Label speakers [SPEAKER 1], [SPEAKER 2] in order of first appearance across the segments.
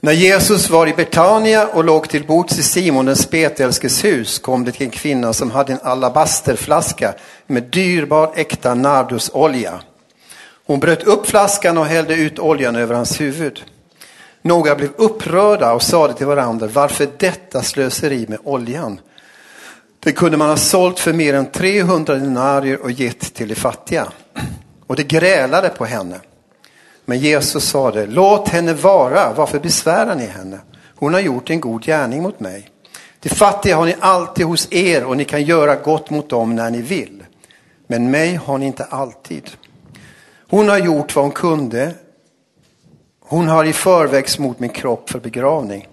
[SPEAKER 1] När Jesus var i Betania och låg till bords i Simon den spetälskes hus kom det en kvinna som hade en alabasterflaska med dyrbar äkta nardusolja. Hon bröt upp flaskan och hällde ut oljan över hans huvud. Några blev upprörda och sade till varandra, varför detta slöseri med oljan? Det kunde man ha sålt för mer än 300 denarier och gett till de fattiga. Och det grälade på henne. Men Jesus sade, låt henne vara, varför besvärar ni henne? Hon har gjort en god gärning mot mig. De fattiga har ni alltid hos er och ni kan göra gott mot dem när ni vill. Men mig har ni inte alltid. Hon har gjort vad hon kunde. Hon har i förväg smort min kropp för begravning.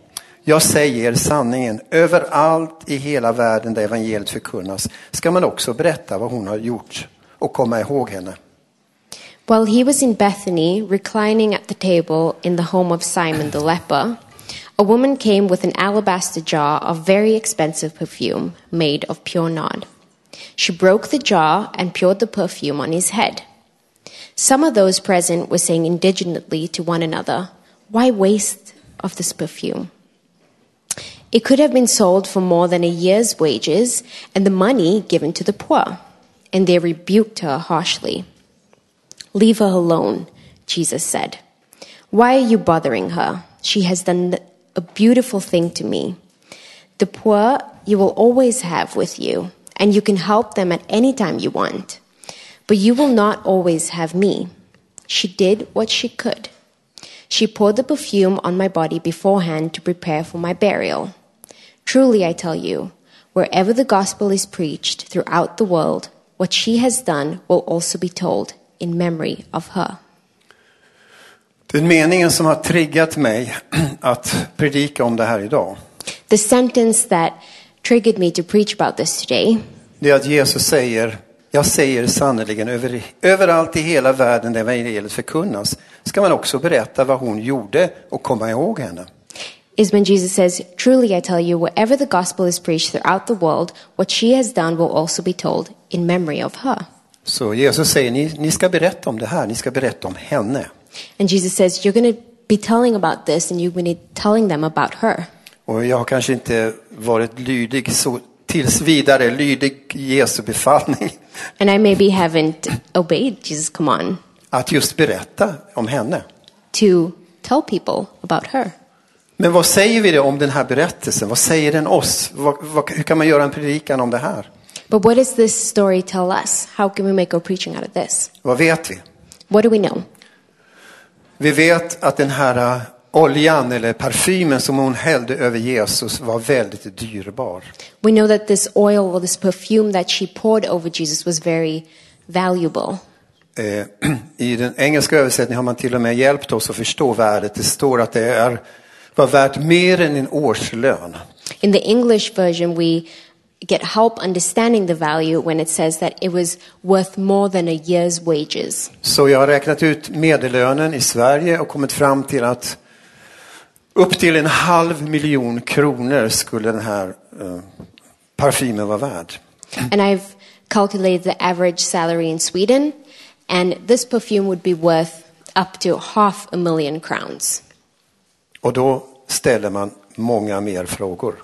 [SPEAKER 1] Jag säger er sanningen, överallt i hela världen där evangeliet förkunnas ska man också berätta vad hon har gjort och komma ihåg henne.
[SPEAKER 2] While he was in Bethany, reclining at the table in the home of Simon the leper, a woman came with an alabaster jar of very expensive perfume made of pure nard. She broke the jar and poured the perfume on his head. Some of those present were saying indignantly to one another, Why waste of this perfume? It could have been sold for more than a year's wages and the money given to the poor. And they rebuked her harshly. Leave her alone, Jesus said. Why are you bothering her? She has done a beautiful thing to me. The poor you will always have with you, and you can help them at any time you want. But you will not always have me. She did what she could. She poured the perfume on my body beforehand to prepare for my burial. Truly, I tell you, wherever the gospel is preached throughout the world, what she has done will also be told in memory of her.
[SPEAKER 1] Den meningen som har triggat mig att predika om det här idag,
[SPEAKER 2] The sentence that triggered me to preach about this today
[SPEAKER 1] det är att Jesus säger, jag säger sannerligen, över, överallt i hela världen där evangeliet förkunnas ska man också berätta vad hon gjorde och komma ihåg henne.
[SPEAKER 2] is when Jesus says, Truly, I tell you, wherever the gospel is preached throughout the world, what she has done will also be told in memory of her.
[SPEAKER 1] Så Jesus säger, ni, ni ska berätta om det här, ni ska berätta om henne.
[SPEAKER 2] And Jesus says, You're going to be telling about this and you're going to be telling them about her.
[SPEAKER 1] Och jag har kanske inte varit lydig så tills vidare, lydig Jesu befallning,
[SPEAKER 2] And I maybe haven't obeyed Jesus' command
[SPEAKER 1] att just berätta om henne.
[SPEAKER 2] to tell people about her.
[SPEAKER 1] Men vad säger vi då om den här berättelsen? Vad säger den oss? Vad, vad, hur kan man göra en predikan om det här?
[SPEAKER 2] But what does this story tell us? How can we make our preaching out of this?
[SPEAKER 1] Vad vet vi?
[SPEAKER 2] What do we know?
[SPEAKER 1] Vi vet att den här eh, oljan eller parfymen som hon hällde över Jesus var väldigt dyrbar.
[SPEAKER 2] We know that this oil or this perfume that she poured over Jesus was very valuable.
[SPEAKER 1] Eh, I den engelska översättningen har man till och med hjälpt oss att förstå värdet. Det står att det är, var värt mer än en årslön.
[SPEAKER 2] In the English version, we get help understanding the value when it says that it was worth more than a year's wages.
[SPEAKER 1] Så jag har räknat ut medellönen i Sverige och kommit fram till att upp till en halv miljon kronor skulle den här eh, parfymen vara värd.
[SPEAKER 2] And I've calculated the average salary in Sweden, and this perfume would be worth up to half a million crowns.
[SPEAKER 1] Och då ställer man många mer frågor.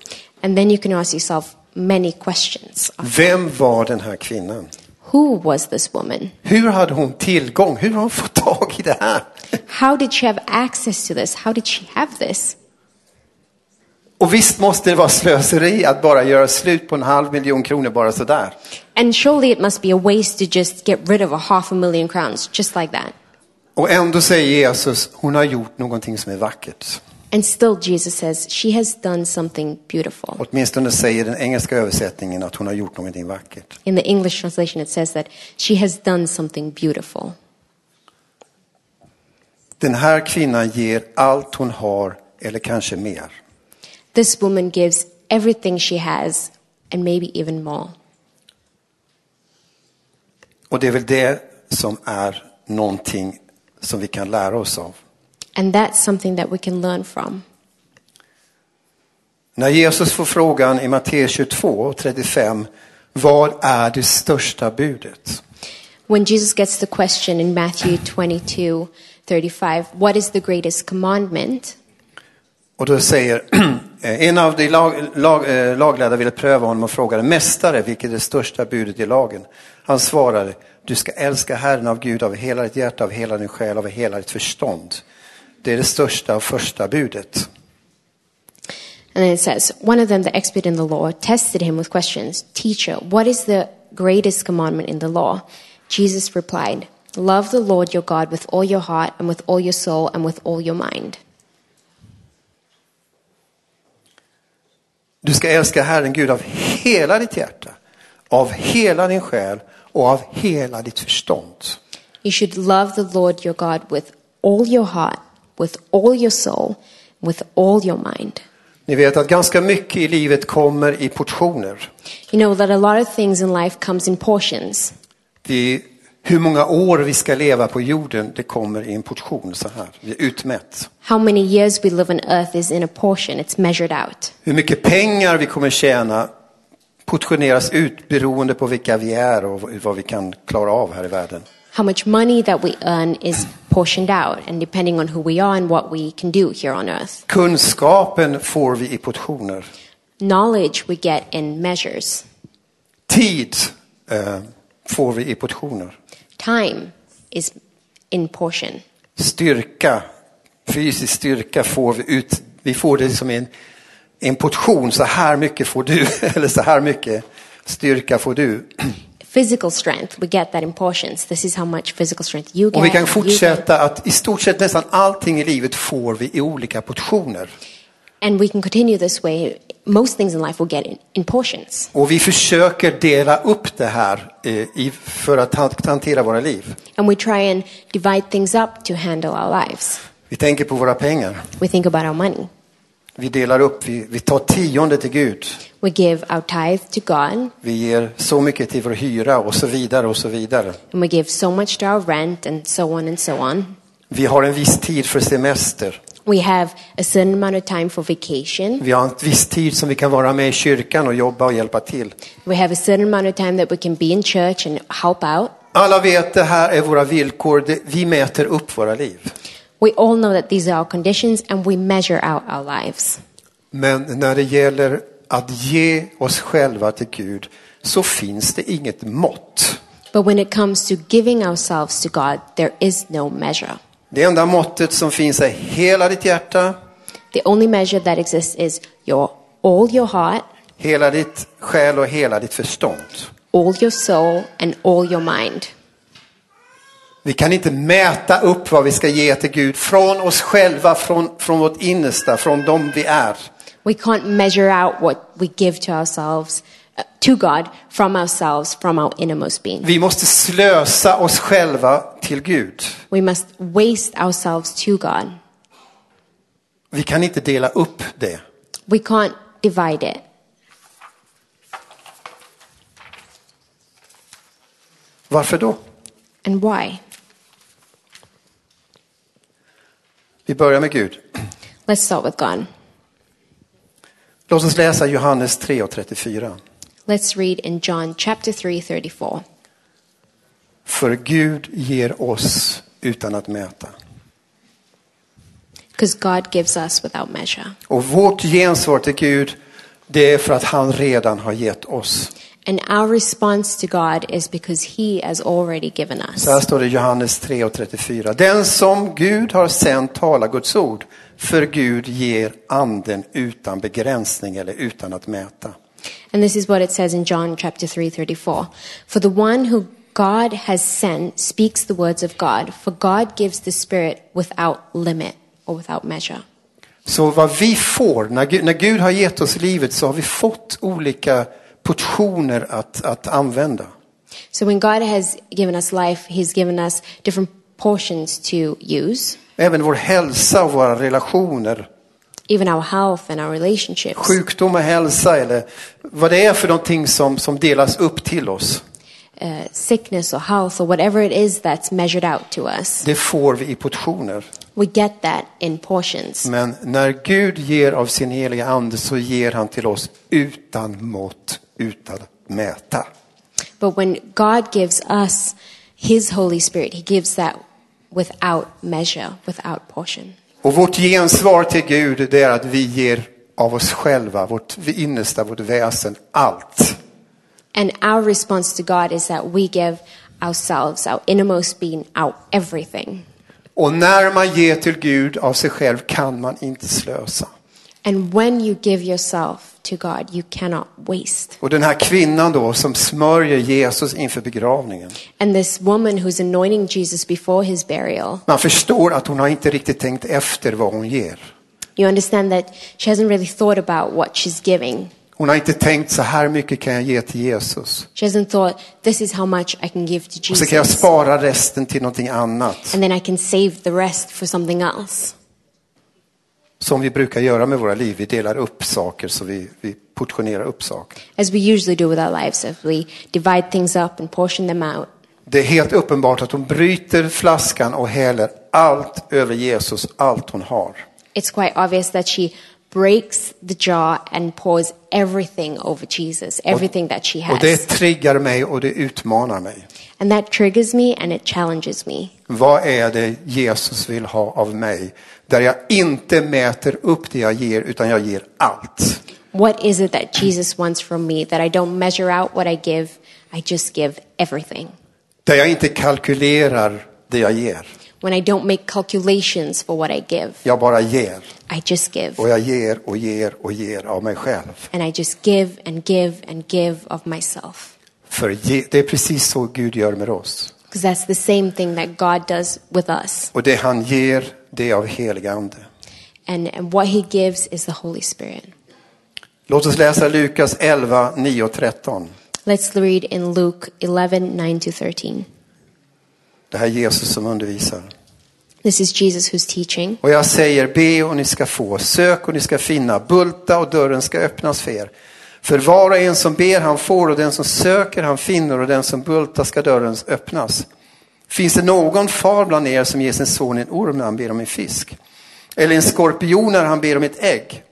[SPEAKER 2] And then you can ask yourself many questions.
[SPEAKER 1] Vem var den här kvinnan?
[SPEAKER 2] Who was this woman?
[SPEAKER 1] Hur hade hon tillgång? Hur har hon fått tag i det här?
[SPEAKER 2] How did she have access to this? How did she have this?
[SPEAKER 1] Och visst måste det vara slöseri att bara göra slut på en halv miljon kronor bara sådär.
[SPEAKER 2] And surely it must be a waste to just get rid of a half a million crowns just like that.
[SPEAKER 1] Och ändå säger Jesus, hon har gjort någonting som är vackert.
[SPEAKER 2] And still, Jesus says, She has done something beautiful.
[SPEAKER 1] Åtminstone säger den engelska översättningen att hon har gjort någonting vackert.
[SPEAKER 2] In the English translation, it says that she has done something beautiful.
[SPEAKER 1] Den här kvinnan ger allt hon har, eller kanske mer.
[SPEAKER 2] This woman gives everything she has and maybe even more.
[SPEAKER 1] Och det är väl det som är någonting som vi kan lära oss av.
[SPEAKER 2] And that's something that we can learn from.
[SPEAKER 1] När Jesus får frågan i Matteus 22 och 35, vad är det största budet?
[SPEAKER 2] When Jesus gets the question in Matthew 22 35, What is the greatest commandment?
[SPEAKER 1] Och då säger eh, en av de lag, lag, eh, laglärda ville pröva honom och frågade mästare, vilket är det största budet i lagen? Han svarade, du ska älska Herren av Gud av hela ditt hjärta, av hela din själ, av hela ditt förstånd. Det är det största och första budet.
[SPEAKER 2] And then it says, One of them, the expert in the law, tested him with questions Teacher, what is the greatest commandment in the law? Jesus replied, Love the Lord your God with all your heart, and with all your soul, and with all your mind.
[SPEAKER 1] Du ska älska Herren Gud av hela ditt hjärta, av hela din själ och av hela ditt förstånd.
[SPEAKER 2] You should love the Lord your God with all your heart, with all your soul, with all your mind.
[SPEAKER 1] Ni vet att ganska mycket i livet kommer i portioner.
[SPEAKER 2] You know that a lot of things in life comes in portions.
[SPEAKER 1] Vi, hur många år vi ska leva på jorden, det kommer i en portion så här, Det är utmätt.
[SPEAKER 2] How many years we live on earth is in a portion, it's measured out.
[SPEAKER 1] Hur mycket pengar vi kommer tjäna portioneras ut beroende på vilka vi är och vad vi kan klara av här i världen.
[SPEAKER 2] How much money that we earn is portioned out, and depending on who we are and what we can do here on earth.
[SPEAKER 1] Kunskapen får vi i portioner.
[SPEAKER 2] Knowledge we get in measures,
[SPEAKER 1] Tid eh, får vi i portioner.
[SPEAKER 2] time is in portion.
[SPEAKER 1] Styrka, fysisk styrka får vi ut. Vi får det som en, en portion. Så här mycket får du, eller så här mycket styrka får du.
[SPEAKER 2] Physical strength, we get that in portions. This is how much physical strength you get.
[SPEAKER 1] Och vi kan
[SPEAKER 2] you get.
[SPEAKER 1] fortsätta att i stort sett nästan allting i livet får vi i olika portioner.
[SPEAKER 2] And we can continue this way. Most things in life we get in, in portions.
[SPEAKER 1] Och vi försöker dela upp det här eh, i, för att han- hantera våra liv.
[SPEAKER 2] And we try and divide things up to handle our lives.
[SPEAKER 1] Vi tänker på våra pengar.
[SPEAKER 2] We think about our money.
[SPEAKER 1] Vi delar upp, vi, vi tar tionde till Gud.
[SPEAKER 2] We give our tithe to God,
[SPEAKER 1] Vi ger så mycket till vår hyra och så vidare och så vidare.
[SPEAKER 2] and we give so much to our rent, and so on and so on.
[SPEAKER 1] Vi har en viss tid för semester.
[SPEAKER 2] We have a certain amount of time for vacation.
[SPEAKER 1] Vi har en viss tid som vi kan vara med i kyrkan och jobba och hjälpa till.
[SPEAKER 2] We have a certain amount of time that we can be in church and help out.
[SPEAKER 1] Alla vet det här är våra villkor. Det, vi mäter upp våra liv.
[SPEAKER 2] We all know that these are our conditions and we measure out our lives.
[SPEAKER 1] Men när det gäller att ge oss själva till Gud så finns det inget mått.
[SPEAKER 2] But when it comes to giving ourselves to God, there is no measure.
[SPEAKER 1] Det enda måttet som finns är hela ditt hjärta,
[SPEAKER 2] The only measure that exists is your all your heart,
[SPEAKER 1] hela ditt själ och hela ditt förstånd.
[SPEAKER 2] all your soul, and all your mind.
[SPEAKER 1] Vi kan inte mäta upp vad vi ska ge till Gud från oss själva, från, från vårt innersta, från dem vi är.
[SPEAKER 2] We can't measure out what we give to ourselves, uh, to God, from ourselves, from our innermost being.
[SPEAKER 1] Vi måste slösa oss själva till Gud.
[SPEAKER 2] We must waste ourselves to God.
[SPEAKER 1] Vi kan inte dela upp det.
[SPEAKER 2] We can't divide it.
[SPEAKER 1] Varför då?
[SPEAKER 2] And why?
[SPEAKER 1] Vi börjar med Gud.
[SPEAKER 2] Let's start with God.
[SPEAKER 1] Låt oss läsa Johannes 3 och 34.
[SPEAKER 2] Let's read in John chapter 3, 34.
[SPEAKER 1] För Gud ger oss utan att mäta.
[SPEAKER 2] Because God gives us without measure.
[SPEAKER 1] Och vårt gensvar till Gud, det är för att han redan har gett oss.
[SPEAKER 2] And our response to God is because He has already given
[SPEAKER 1] Så här
[SPEAKER 2] us.
[SPEAKER 1] står det i Johannes 3 och 34. Den som Gud har sänt talar Guds ord, för Gud ger anden utan begränsning eller utan att mäta.
[SPEAKER 2] And this is what it says in John chapter 3, 34. For the one who God has sent speaks the words of God, for God gives the Spirit without limit or without measure.
[SPEAKER 1] Så vad vi får, när Gud, när Gud har gett oss livet så har vi fått olika portioner att, att använda.
[SPEAKER 2] So when God has given us life, He's given us different portions to use,
[SPEAKER 1] Även vår hälsa och våra relationer.
[SPEAKER 2] even our health and our relationships,
[SPEAKER 1] Sjukdom och hälsa eller vad det är för någonting som, som delas upp till oss.
[SPEAKER 2] uh, sickness or health or whatever it is that's measured out to us.
[SPEAKER 1] Det får vi i portioner.
[SPEAKER 2] We get that in portions.
[SPEAKER 1] Men när Gud ger av sin heliga ande så ger han till oss utan mått, utan mäta.
[SPEAKER 2] But when God gives us His Holy Spirit, He gives that without measure, without portion.
[SPEAKER 1] Och vårt gensvar till Gud det är att vi ger av oss själva, vårt innersta, vårt väsen, allt.
[SPEAKER 2] And our response to God is that we give ourselves, our innermost being, our everything.
[SPEAKER 1] Och när man ger till Gud av sig själv kan man inte slösa.
[SPEAKER 2] And when you give yourself to God, you cannot waste.
[SPEAKER 1] Och den här kvinnan då som smörjer Jesus inför begravningen.
[SPEAKER 2] And this woman who's anointing Jesus before his burial,
[SPEAKER 1] Man förstår att hon har inte riktigt tänkt efter vad hon ger.
[SPEAKER 2] you understand that she hasn't really thought about what she's giving.
[SPEAKER 1] Hon har inte tänkt så här mycket kan jag ge till Jesus.
[SPEAKER 2] She hasn't thought, this is how much I can give to
[SPEAKER 1] Och så kan jag
[SPEAKER 2] Jesus.
[SPEAKER 1] spara resten till någonting annat.
[SPEAKER 2] And then I can save the rest for something else.
[SPEAKER 1] Som vi brukar göra med våra liv. Vi delar upp saker så vi, vi portionerar upp saker.
[SPEAKER 2] As we usually do with our lives, if we divide things up and portion them out.
[SPEAKER 1] Det är helt uppenbart att hon bryter flaskan och häller allt över Jesus, allt hon har.
[SPEAKER 2] It's quite obvious that she breaks the jar and pours everything over Jesus, everything that she
[SPEAKER 1] Och det
[SPEAKER 2] has.
[SPEAKER 1] triggar mig och det utmanar mig.
[SPEAKER 2] And that triggers me and it challenges me.
[SPEAKER 1] Vad är det Jesus vill ha av mig? Där jag inte mäter upp det jag ger utan jag ger allt.
[SPEAKER 2] What is it that Jesus wants from me that I don't measure out what I give? I just give everything.
[SPEAKER 1] Där jag inte kalkylerar det jag ger.
[SPEAKER 2] When I don't make calculations for what I give,
[SPEAKER 1] Jag bara ger.
[SPEAKER 2] I just give.
[SPEAKER 1] Och jag ger och ger och ger av mig själv.
[SPEAKER 2] And I just give and give and give of myself.
[SPEAKER 1] För ge, det är precis så Gud gör med oss.
[SPEAKER 2] Because that's the same thing that God does with us.
[SPEAKER 1] Och det han ger, det är av helig ande.
[SPEAKER 2] And, and what He gives is the Holy Spirit.
[SPEAKER 1] Låt oss läsa Lukas 11, 9 och 13.
[SPEAKER 2] Let's read in Luke 11 9 to 13.
[SPEAKER 1] Det här är Jesus som undervisar.
[SPEAKER 2] This is Jesus who's teaching.
[SPEAKER 1] Och jag säger, be och ni ska få, sök och ni ska finna, bulta och dörren ska öppnas för er. För var och en som ber han får och den som söker han finner och den som bultar ska dörren öppnas. Finns det någon far bland er som ger sin son en orm när han ber om en fisk? Eller en skorpion när han ber om ett ägg?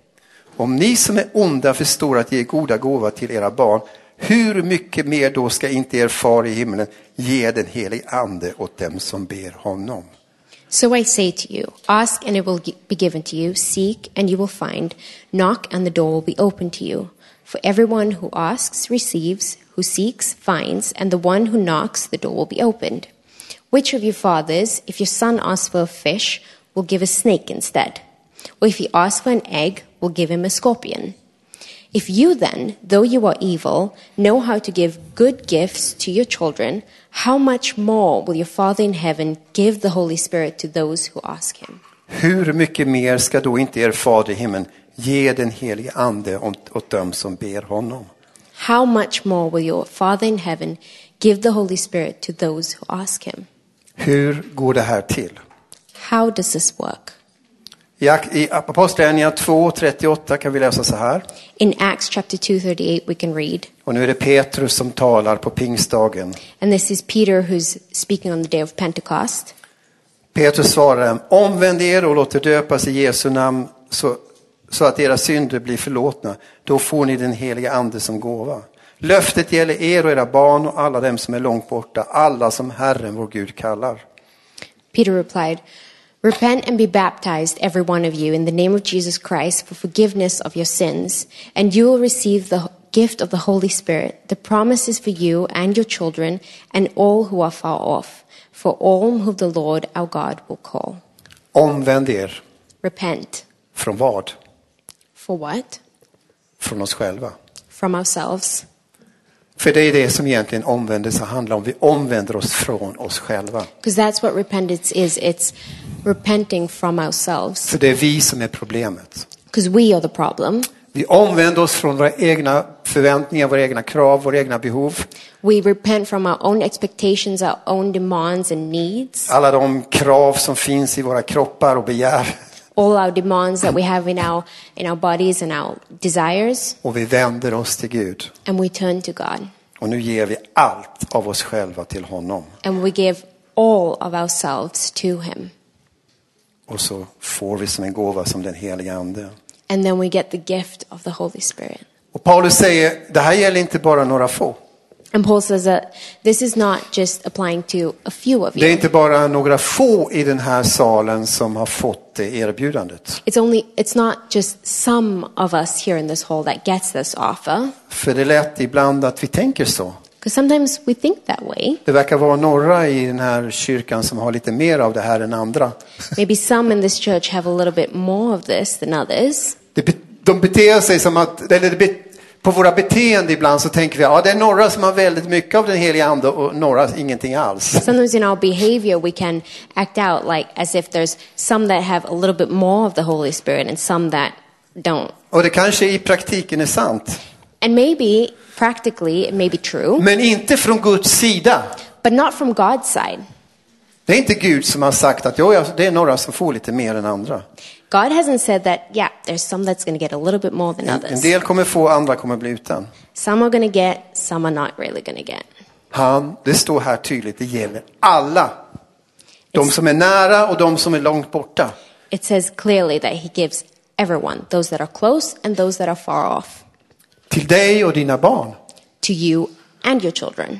[SPEAKER 1] Om ni som är onda förstår att ge goda gåva till era barn, hur mycket mer då ska inte er far i himlen ge den helige ande åt dem som ber honom?
[SPEAKER 2] So I say to you, ask and it will gi- be given to you, seek and you will find, knock and the door will be opened to you. For everyone who asks receives, who seeks finds, and the one who knocks the door will be opened. Which of you fathers, if your son asks for a fish, will give a snake instead? Or if he asks for an egg, will give him a scorpion? If you then, though you are evil, know how to give good gifts to your children, how much more will your Father in heaven give the Holy Spirit to those who ask him?
[SPEAKER 1] Hur mycket mer ska då inte er fader i himlen ge den helige ande åt åt dem som ber honom?
[SPEAKER 2] How much more will your Father in heaven give the Holy Spirit to those who ask him?
[SPEAKER 1] Hur går det här till?
[SPEAKER 2] How does this work?
[SPEAKER 1] I Ak- I Apostlagärningarna 2.38 kan vi läsa så här.
[SPEAKER 2] In Acts chapter 2:38 we can read,
[SPEAKER 1] Och nu är det Petrus som talar på pingstdagen.
[SPEAKER 2] and this is Peter who's speaking on the day of Pentecost.
[SPEAKER 1] Petrus svarar dem, omvänd er och låt er döpas i Jesu namn så, så att era synder blir förlåtna. Då får ni den heliga ande som gåva. Löftet gäller er och era barn och alla dem som är långt borta, alla som Herren vår Gud kallar.
[SPEAKER 2] Peter replied, Repent and be baptized, every one of you, in the name of Jesus Christ for forgiveness of your sins, and you will receive the gift of the Holy Spirit. The promise is for you and your children and all who are far off, for all whom the Lord our God will call.
[SPEAKER 1] Omvänd er
[SPEAKER 2] Repent.
[SPEAKER 1] från vad?
[SPEAKER 2] For what?
[SPEAKER 1] från oss själva.
[SPEAKER 2] From ourselves.
[SPEAKER 1] För det är det som egentligen omvändelse handlar om. Vi omvänder oss från oss själva.
[SPEAKER 2] Because that's what repentance is it's repenting from ourselves,
[SPEAKER 1] För det är vi som är problemet.
[SPEAKER 2] because we are the problem.
[SPEAKER 1] Vi omvänder oss från våra egna förväntningar, våra egna krav, våra egna behov.
[SPEAKER 2] We repent from our own expectations, our own demands and needs.
[SPEAKER 1] Alla de krav som finns i våra kroppar och begär.
[SPEAKER 2] all our demands that we have in our in our bodies and our desires
[SPEAKER 1] Och vi vänder oss till Gud.
[SPEAKER 2] and we turn to God
[SPEAKER 1] Och nu ger vi allt av oss själva till honom.
[SPEAKER 2] and we give all of ourselves to him
[SPEAKER 1] Och så får vi som en gåva som den heliga ande.
[SPEAKER 2] and then we get the gift of the holy spirit
[SPEAKER 1] Och Paulus säger, det här gäller inte bara några få.
[SPEAKER 2] And Paul says that this is not just applying to a few of
[SPEAKER 1] Det är
[SPEAKER 2] you.
[SPEAKER 1] inte bara några få i den här salen som har fått det erbjudandet.
[SPEAKER 2] It's only it's not just some of us here in this hall that gets this offer
[SPEAKER 1] För det lät ibland att vi tänker så.
[SPEAKER 2] because sometimes we think that way.
[SPEAKER 1] Det verkar vara några i den här kyrkan som har lite mer av det här än andra.
[SPEAKER 2] Maybe some in this church have a little bit more of this than others.
[SPEAKER 1] Det, be- de beter sig som att, eller det be, på våra beteenden ibland så tänker vi att ja, det är några som har väldigt mycket av den heliga ande och några ingenting alls.
[SPEAKER 2] Sometimes in our behavior we can act out like as if there's some that have a little bit more of the Holy Spirit and some that don't.
[SPEAKER 1] Och det kanske i praktiken är sant.
[SPEAKER 2] And maybe practically it may be true,
[SPEAKER 1] Men inte från Guds sida.
[SPEAKER 2] but not from God's side.
[SPEAKER 1] Det är inte Gud som har sagt att jo, ja, det är några som får lite mer än andra.
[SPEAKER 2] God hasn't said that, yeah, there's some that's going to get a little bit more than
[SPEAKER 1] En, en
[SPEAKER 2] others.
[SPEAKER 1] del kommer få, andra kommer bli utan.
[SPEAKER 2] Some are going to get, some are not really going to get.
[SPEAKER 1] Han, det står här tydligt, det gäller alla. De som är nära och de som är långt borta.
[SPEAKER 2] It says clearly that He gives everyone, those that are close and those that are far off,
[SPEAKER 1] Till dig och dina barn.
[SPEAKER 2] to you and your children.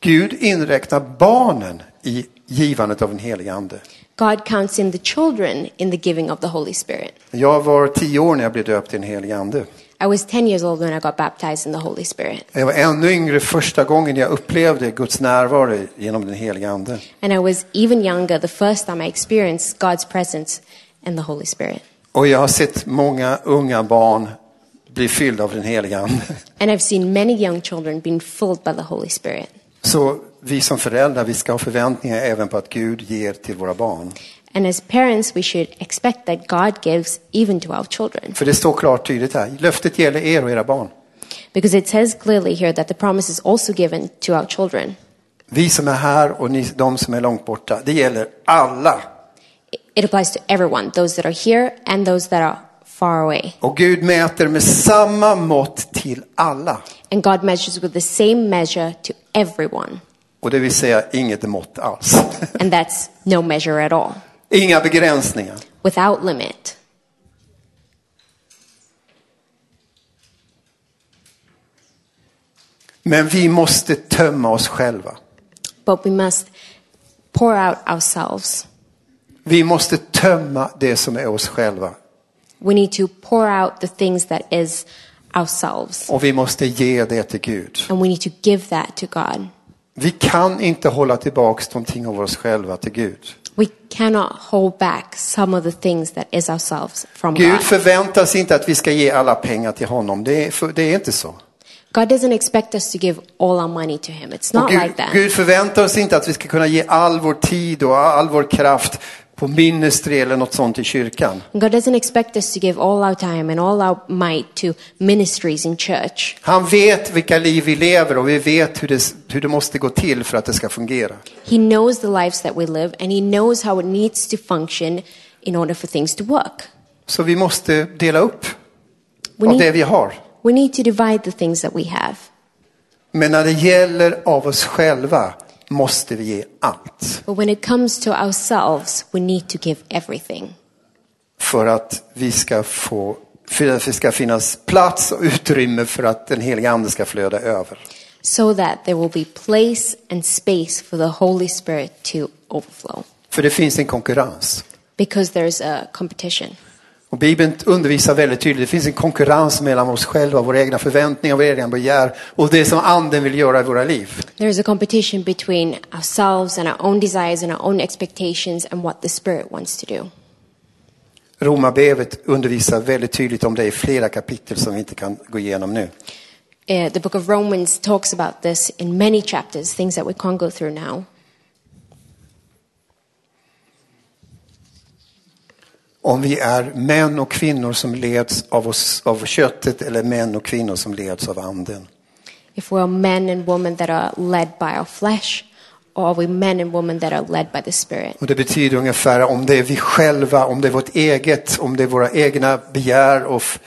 [SPEAKER 1] Gud inräknar barnen i givandet av den helige ande.
[SPEAKER 2] God counts in the children in the giving of the Holy Spirit.
[SPEAKER 1] Jag var tio år när jag blev döpt i den helige ande.
[SPEAKER 2] I was 10 years old when I got baptized in the Holy Spirit,
[SPEAKER 1] Jag var ännu yngre första gången jag upplevde Guds närvaro genom den helige ande.
[SPEAKER 2] and I was even younger the first time I experienced God's presence and the Holy Spirit.
[SPEAKER 1] Och jag har sett många unga barn bli fyllda av den helige ande.
[SPEAKER 2] And I've seen many young children being filled by the Holy Spirit.
[SPEAKER 1] Så vi som föräldrar, vi ska ha förväntningar även på att Gud ger till våra barn.
[SPEAKER 2] And as parents, we should expect that God gives even to our children.
[SPEAKER 1] För det står klart tydligt här, löftet gäller er och era barn.
[SPEAKER 2] Because it says clearly here that the promise is also given to our children.
[SPEAKER 1] Vi som är här och ni, de som är långt borta, det gäller alla.
[SPEAKER 2] It- It applies to everyone, those that are here and those that are far away.
[SPEAKER 1] Och Gud mäter med samma mått till alla.
[SPEAKER 2] And God measures with the same measure to everyone.
[SPEAKER 1] Och det vill säga inget mått alls.
[SPEAKER 2] And that's no measure at all,
[SPEAKER 1] Inga begränsningar.
[SPEAKER 2] without limit.
[SPEAKER 1] Men vi måste tömma oss själva.
[SPEAKER 2] But we must pour out ourselves.
[SPEAKER 1] Vi måste tömma det som är oss själva.
[SPEAKER 2] We need to pour out the things that is ourselves.
[SPEAKER 1] Och vi måste ge det till Gud.
[SPEAKER 2] And we need to give that to God.
[SPEAKER 1] Vi kan inte hålla tillbaka någonting av oss själva till Gud.
[SPEAKER 2] We cannot hold back some of the things that is ourselves from
[SPEAKER 1] Gud
[SPEAKER 2] God.
[SPEAKER 1] förväntar sig inte att vi ska ge alla pengar till honom. Det är, för, det är inte så.
[SPEAKER 2] God doesn't expect us to give all our money to Him. It's
[SPEAKER 1] Och
[SPEAKER 2] not
[SPEAKER 1] Gud,
[SPEAKER 2] like that.
[SPEAKER 1] Gud förväntar sig inte att vi ska kunna ge all vår tid och all vår kraft på ministry eller något sånt i kyrkan.
[SPEAKER 2] God doesn't expect us to give all our time and all our might to ministries in church.
[SPEAKER 1] Han vet vilka liv vi lever och vi vet hur det, hur det måste gå till för att det ska fungera.
[SPEAKER 2] He knows the lives that we live and He knows how it needs to function in order for things to work.
[SPEAKER 1] Så vi måste dela upp
[SPEAKER 2] We
[SPEAKER 1] av det
[SPEAKER 2] need,
[SPEAKER 1] vi har.
[SPEAKER 2] we need to divide the things that we have.
[SPEAKER 1] Men när det gäller av oss själva måste vi ge allt.
[SPEAKER 2] But when it comes to ourselves, we need to give everything
[SPEAKER 1] För att vi ska få för att det ska finnas plats och utrymme för att den heliga ande ska flöda över.
[SPEAKER 2] so that there will be place and space for the Holy Spirit to overflow.
[SPEAKER 1] För det finns en konkurrens.
[SPEAKER 2] Because there's a competition.
[SPEAKER 1] Och Bibeln undervisar väldigt tydligt, det finns en konkurrens mellan oss själva, våra egna förväntningar, våra egna begär och det som anden vill göra i våra liv.
[SPEAKER 2] There's a competition between ourselves and our own desires and our own expectations and what the Spirit wants to do.
[SPEAKER 1] Romarbrevet undervisar väldigt tydligt om det i flera kapitel som vi inte kan gå igenom nu.
[SPEAKER 2] Uh, the book of Romans talks about this in many chapters, things that we can't go through now.
[SPEAKER 1] Om vi är män och kvinnor som leds av, oss, av köttet eller män och kvinnor som leds av anden.
[SPEAKER 2] If we're men and women that are led by our flesh, or are we men and women that are led by the Spirit?
[SPEAKER 1] Och det betyder ungefär om det är vi själva, om det är vårt eget, om det är våra egna begär och, f-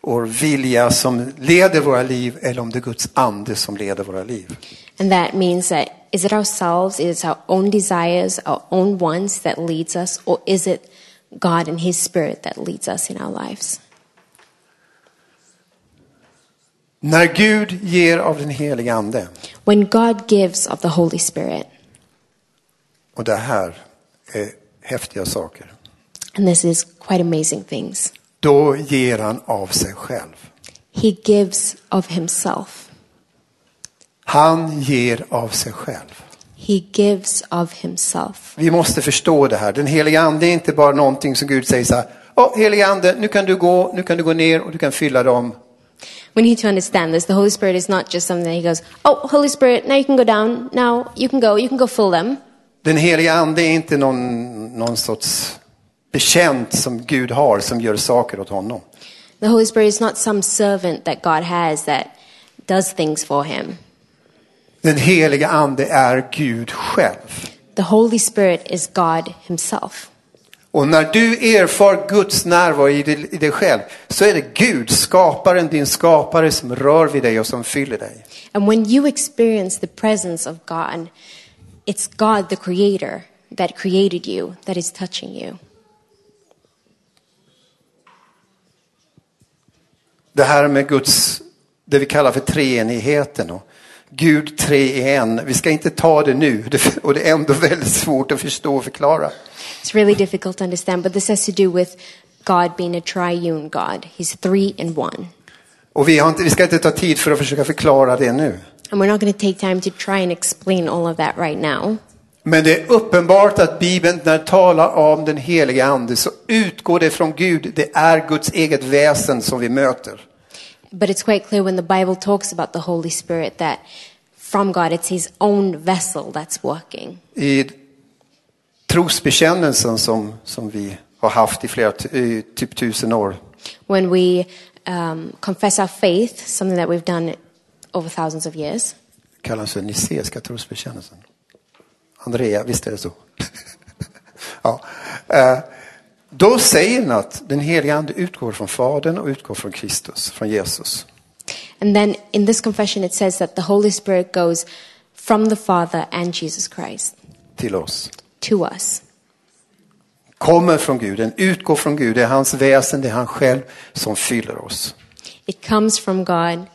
[SPEAKER 1] och vilja som leder våra liv eller om det är Guds ande som leder våra liv.
[SPEAKER 2] And that means that is it ourselves, is it our own desires, our own wants that leads us, or is it God and His Spirit that leads us in our lives?
[SPEAKER 1] När Gud ger av den helige ande.
[SPEAKER 2] when God gives of the Holy Spirit.
[SPEAKER 1] Och det här är häftiga saker.
[SPEAKER 2] And this is quite amazing things.
[SPEAKER 1] Då ger han av sig själv.
[SPEAKER 2] He gives of himself.
[SPEAKER 1] Han ger av sig själv.
[SPEAKER 2] He gives of himself.
[SPEAKER 1] Vi måste förstå det här. Den heliga ande är inte bara någonting som Gud säger så här. Åh, heliga ande, nu kan du gå, nu kan du gå ner och du kan fylla dem.
[SPEAKER 2] We need to understand this. The Holy Spirit is not just something that he goes, Oh, Holy Spirit, now you can go down. Now you can go. You can go fill them.
[SPEAKER 1] Den heliga ande är inte någon, någon sorts bekänt som Gud har som gör saker åt honom.
[SPEAKER 2] The Holy Spirit is not some servant that God has that does things for him.
[SPEAKER 1] Den heliga ande är Gud själv.
[SPEAKER 2] The Holy Spirit is God himself.
[SPEAKER 1] Och när du erfar Guds närvaro i dig- i dig själv så är det Gud, skaparen, din skapare som rör vid dig och som fyller dig.
[SPEAKER 2] And when you experience the presence of God, it's God, the creator, that created you, that is touching you.
[SPEAKER 1] Det här med Guds, det vi kallar för treenigheten och Gud tre i en. Vi ska inte ta det nu det- och det är ändå väldigt svårt att förstå och förklara.
[SPEAKER 2] It's really difficult to understand, but this has to do with God being a triune God. He's three in one.
[SPEAKER 1] Och vi, har inte, vi ska inte ta tid för att försöka förklara det nu.
[SPEAKER 2] And we're not going to take time to try and explain all of that right now.
[SPEAKER 1] Men det är uppenbart att Bibeln när den talar om den heliga ande så utgår det från Gud. Det är Guds eget väsen som vi möter.
[SPEAKER 2] But it's quite clear when the Bible talks about the Holy Spirit that from God, it's His own vessel that's working.
[SPEAKER 1] i trosbekännelsen som, som vi har haft i flera, tu- i typ tusen år.
[SPEAKER 2] When we um, confess our faith, something that we've done over thousands of years,
[SPEAKER 1] Det kallas den niceiska trosbekännelsen. Andrea, visst är det så? ja. Eh, Då säger den att den heliga ande utgår från Fadern och utgår från Kristus, från Jesus.
[SPEAKER 2] and then in this confession, it says that the Holy Spirit goes from the Father and Jesus Christ
[SPEAKER 1] Till oss.
[SPEAKER 2] to us.
[SPEAKER 1] Kommer från Gud, den utgår från Gud, det är hans väsen, det är han själv som fyller oss.
[SPEAKER 2] It comes from God,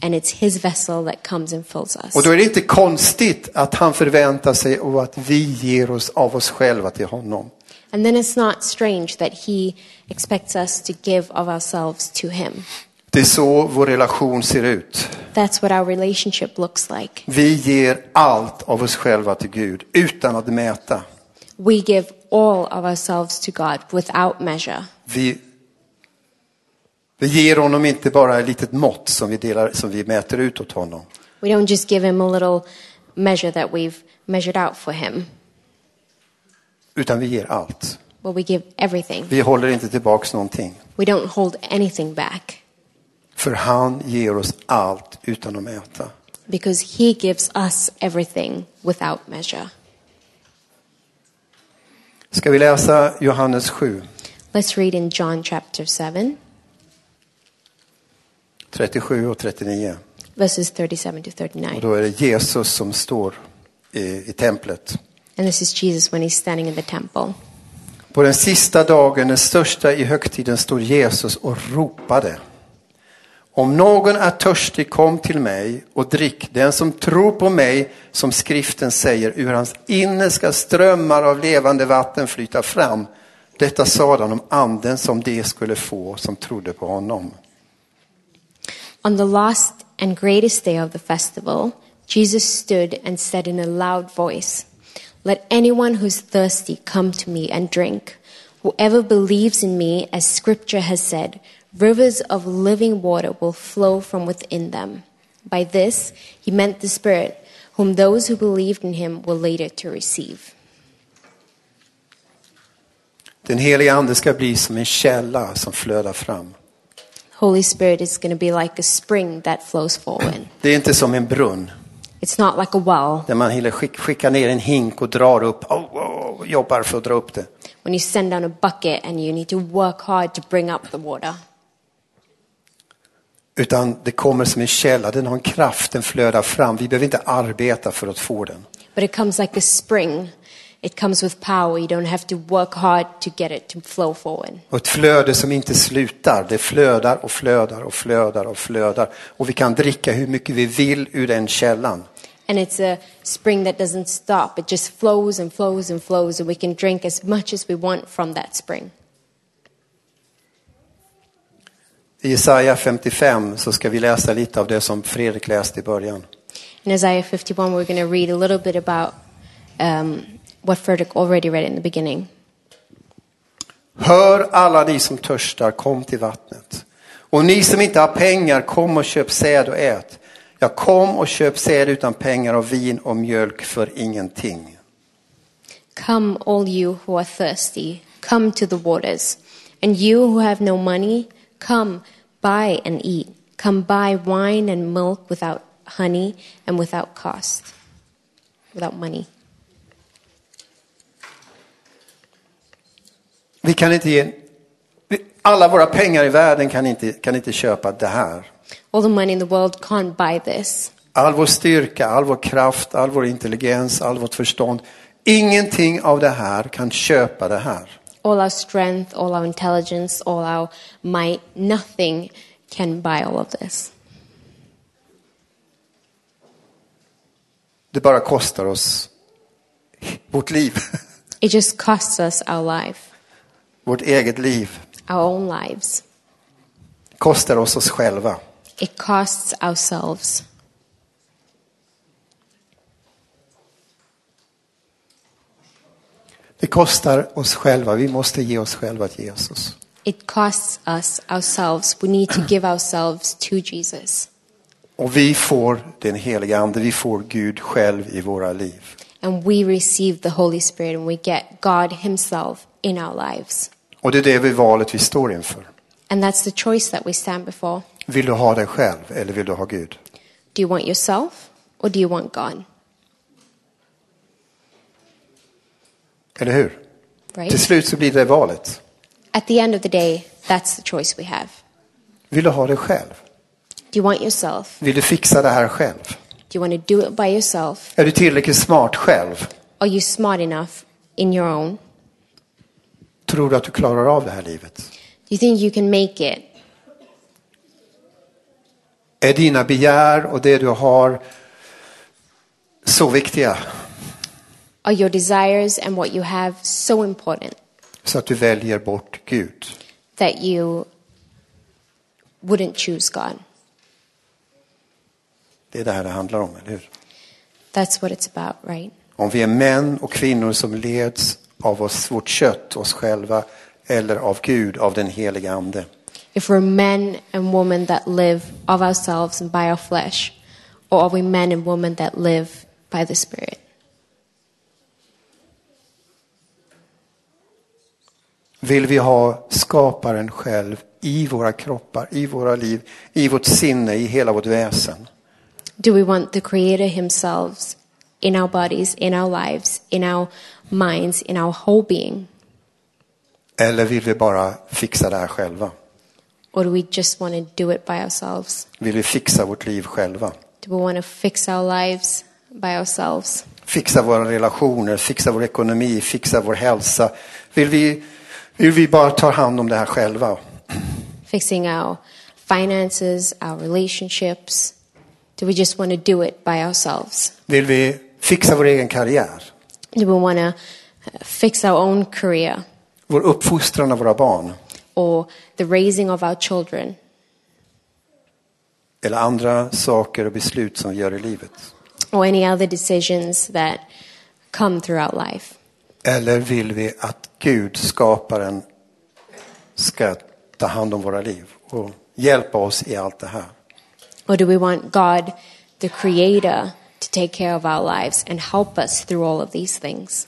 [SPEAKER 2] and it's His vessel that comes and fills us.
[SPEAKER 1] Och då är det inte konstigt att han förväntar sig och att vi ger oss av oss själva till honom.
[SPEAKER 2] And then it's not strange that He expects us to give of ourselves to Him.
[SPEAKER 1] Det är så vår relation ser ut.
[SPEAKER 2] That's what our relationship looks like.
[SPEAKER 1] Vi ger allt av oss själva till Gud utan att mäta.
[SPEAKER 2] We give all of ourselves to God without measure.
[SPEAKER 1] Vi, vi ger honom inte bara ett litet mått som vi, delar, som vi mäter ut åt honom.
[SPEAKER 2] We don't just give Him a little measure that we've measured out for Him,
[SPEAKER 1] Utan vi ger allt.
[SPEAKER 2] but we give everything.
[SPEAKER 1] Vi håller inte tillbaks någonting.
[SPEAKER 2] We don't hold anything back
[SPEAKER 1] För han ger oss allt utan att mäta.
[SPEAKER 2] because He gives us everything without measure.
[SPEAKER 1] Ska vi läsa Johannes 7,
[SPEAKER 2] Let's read in John chapter 7,
[SPEAKER 1] 37 och 39.
[SPEAKER 2] verses 37 to
[SPEAKER 1] Och
[SPEAKER 2] 39.
[SPEAKER 1] då är det Jesus som står i, i templet.
[SPEAKER 2] And this is Jesus when He's standing in the temple.
[SPEAKER 1] På den sista dagen, den största i högtiden, stod Jesus och ropade. Om någon är törstig, kom till mig och drick. Den som tror på mig, som skriften säger, ur hans inne ska strömmar av levande vatten flyta fram. Detta sade han om anden som de skulle få som trodde på honom.
[SPEAKER 2] On the last and greatest day of the festival, Jesus stood and said in a loud voice, Let anyone who's thirsty come to me and drink. Whoever believes in me, as scripture has said, rivers of living water will flow from within them. By this, he meant the Spirit, whom those who believed in him were later to receive.
[SPEAKER 1] Den heliga ande ska bli som en källa som flödar fram.
[SPEAKER 2] Holy Spirit is going to be like a spring that flows forward.
[SPEAKER 1] Det är inte som en brunn
[SPEAKER 2] It's not like a well
[SPEAKER 1] där man hinner skick- skicka ner en hink och drar upp, oh, oh, och jobbar för att dra upp det.
[SPEAKER 2] when you send down a bucket and you need to work hard to bring up the water.
[SPEAKER 1] Utan det kommer som en källa, den har en kraft, den flödar fram. Vi behöver inte arbeta för att få den.
[SPEAKER 2] But it comes like a spring. It comes with power. You don't have to work hard to get it to flow forward.
[SPEAKER 1] Och ett flöde som inte slutar. Det flödar och flödar och flödar och flödar. Och vi kan dricka hur mycket vi vill ur den källan.
[SPEAKER 2] And it's a spring that doesn't stop. It just flows and flows and flows, and we can drink as much as we want from that spring.
[SPEAKER 1] I Jesaja 55 så ska vi läsa lite av det som Fredrik läste i början.
[SPEAKER 2] In Isaiah 51, we're going to read a little bit about um, what Frederick already read in the beginning.
[SPEAKER 1] Hör alla ni som törstar, kom till vattnet. Och ni som inte har pengar, kom och köp säd och ät. Ja, kom och köp säd utan pengar och vin och mjölk för ingenting.
[SPEAKER 2] Come, all you who are thirsty, come to the waters. And you who have no money, come, buy and eat. Come buy wine and milk without honey and without cost, without money.
[SPEAKER 1] Vi kan inte ge, vi- alla våra pengar i världen kan inte, kan inte köpa det här.
[SPEAKER 2] All the money in the world can't buy this.
[SPEAKER 1] All vår styrka, all vår kraft, all vår intelligens, all vårt förstånd. Ingenting av det här kan köpa det här.
[SPEAKER 2] All our strength, all our intelligence, all our might, nothing can buy all of this.
[SPEAKER 1] Det bara kostar oss vårt liv,
[SPEAKER 2] It just costs us our life,
[SPEAKER 1] vårt eget liv.
[SPEAKER 2] our own lives.
[SPEAKER 1] Kostar oss oss själva.
[SPEAKER 2] It costs ourselves.
[SPEAKER 1] Det kostar oss själva. Vi måste ge oss själva till Jesus.
[SPEAKER 2] It costs us ourselves. We need to give ourselves to Jesus.
[SPEAKER 1] Och vi får den heliga ande, vi får Gud själv i våra liv.
[SPEAKER 2] And we receive the Holy Spirit and we get God Himself in our lives.
[SPEAKER 1] Och det är det vi valet vi står inför.
[SPEAKER 2] And that's the choice that we stand before.
[SPEAKER 1] Vill du ha dig själv eller vill du ha Gud?
[SPEAKER 2] Do you want yourself or do you want God?
[SPEAKER 1] Eller hur? Till
[SPEAKER 2] Right?
[SPEAKER 1] slut så blir det valet.
[SPEAKER 2] At the end of the day, that's the choice we have.
[SPEAKER 1] Vill du ha dig själv?
[SPEAKER 2] Do you want yourself?
[SPEAKER 1] Vill du fixa det här själv?
[SPEAKER 2] Do you want to do it by yourself?
[SPEAKER 1] Är du tillräckligt smart själv?
[SPEAKER 2] Are you smart enough in your own?
[SPEAKER 1] Tror du att du klarar av det här livet?
[SPEAKER 2] Do you think you can make it?
[SPEAKER 1] Är dina begär och det du har så viktiga
[SPEAKER 2] Are your desires and what you have so important
[SPEAKER 1] så att du väljer bort Gud?
[SPEAKER 2] that you wouldn't choose God?
[SPEAKER 1] Det är det här det handlar om, eller hur?
[SPEAKER 2] That's what it's about, right?
[SPEAKER 1] Om vi är män och kvinnor som leds av oss, vårt kött, oss själva eller av Gud, av den heliga Ande.
[SPEAKER 2] If we're men and women that live of ourselves and by our flesh, or are we men and women that live by the Spirit?
[SPEAKER 1] Vill vi ha skaparen själv i våra kroppar, i våra liv, i vårt sinne, i hela vårt väsen?
[SPEAKER 2] Do we want the Creator Himself in our bodies, in our lives, in our minds, in our whole being?
[SPEAKER 1] Eller vill vi bara fixa det här själva?
[SPEAKER 2] Or do we just want to do it by ourselves?
[SPEAKER 1] Vill vi fixa vårt liv själva?
[SPEAKER 2] Do we want to fix our lives by ourselves?
[SPEAKER 1] Fixa våra relationer, fixa vår ekonomi, fixa vår hälsa. Vill vi, vill vi bara ta hand om det här själva?
[SPEAKER 2] Fixing our finances, our relationships? Do we just want to do it by ourselves?
[SPEAKER 1] Vill vi fixa vår egen karriär?
[SPEAKER 2] Do we want to fix our own career
[SPEAKER 1] Vår uppfostran av våra barn?
[SPEAKER 2] or the raising of our children
[SPEAKER 1] Eller andra saker och beslut som vi gör i livet?
[SPEAKER 2] or any other decisions that come throughout life?
[SPEAKER 1] Eller vill vi att Gud, skaparen, ska ta hand om våra liv och hjälpa oss i allt det här?
[SPEAKER 2] Or do we want God, the Creator, to take care of our lives and help us through all of these things?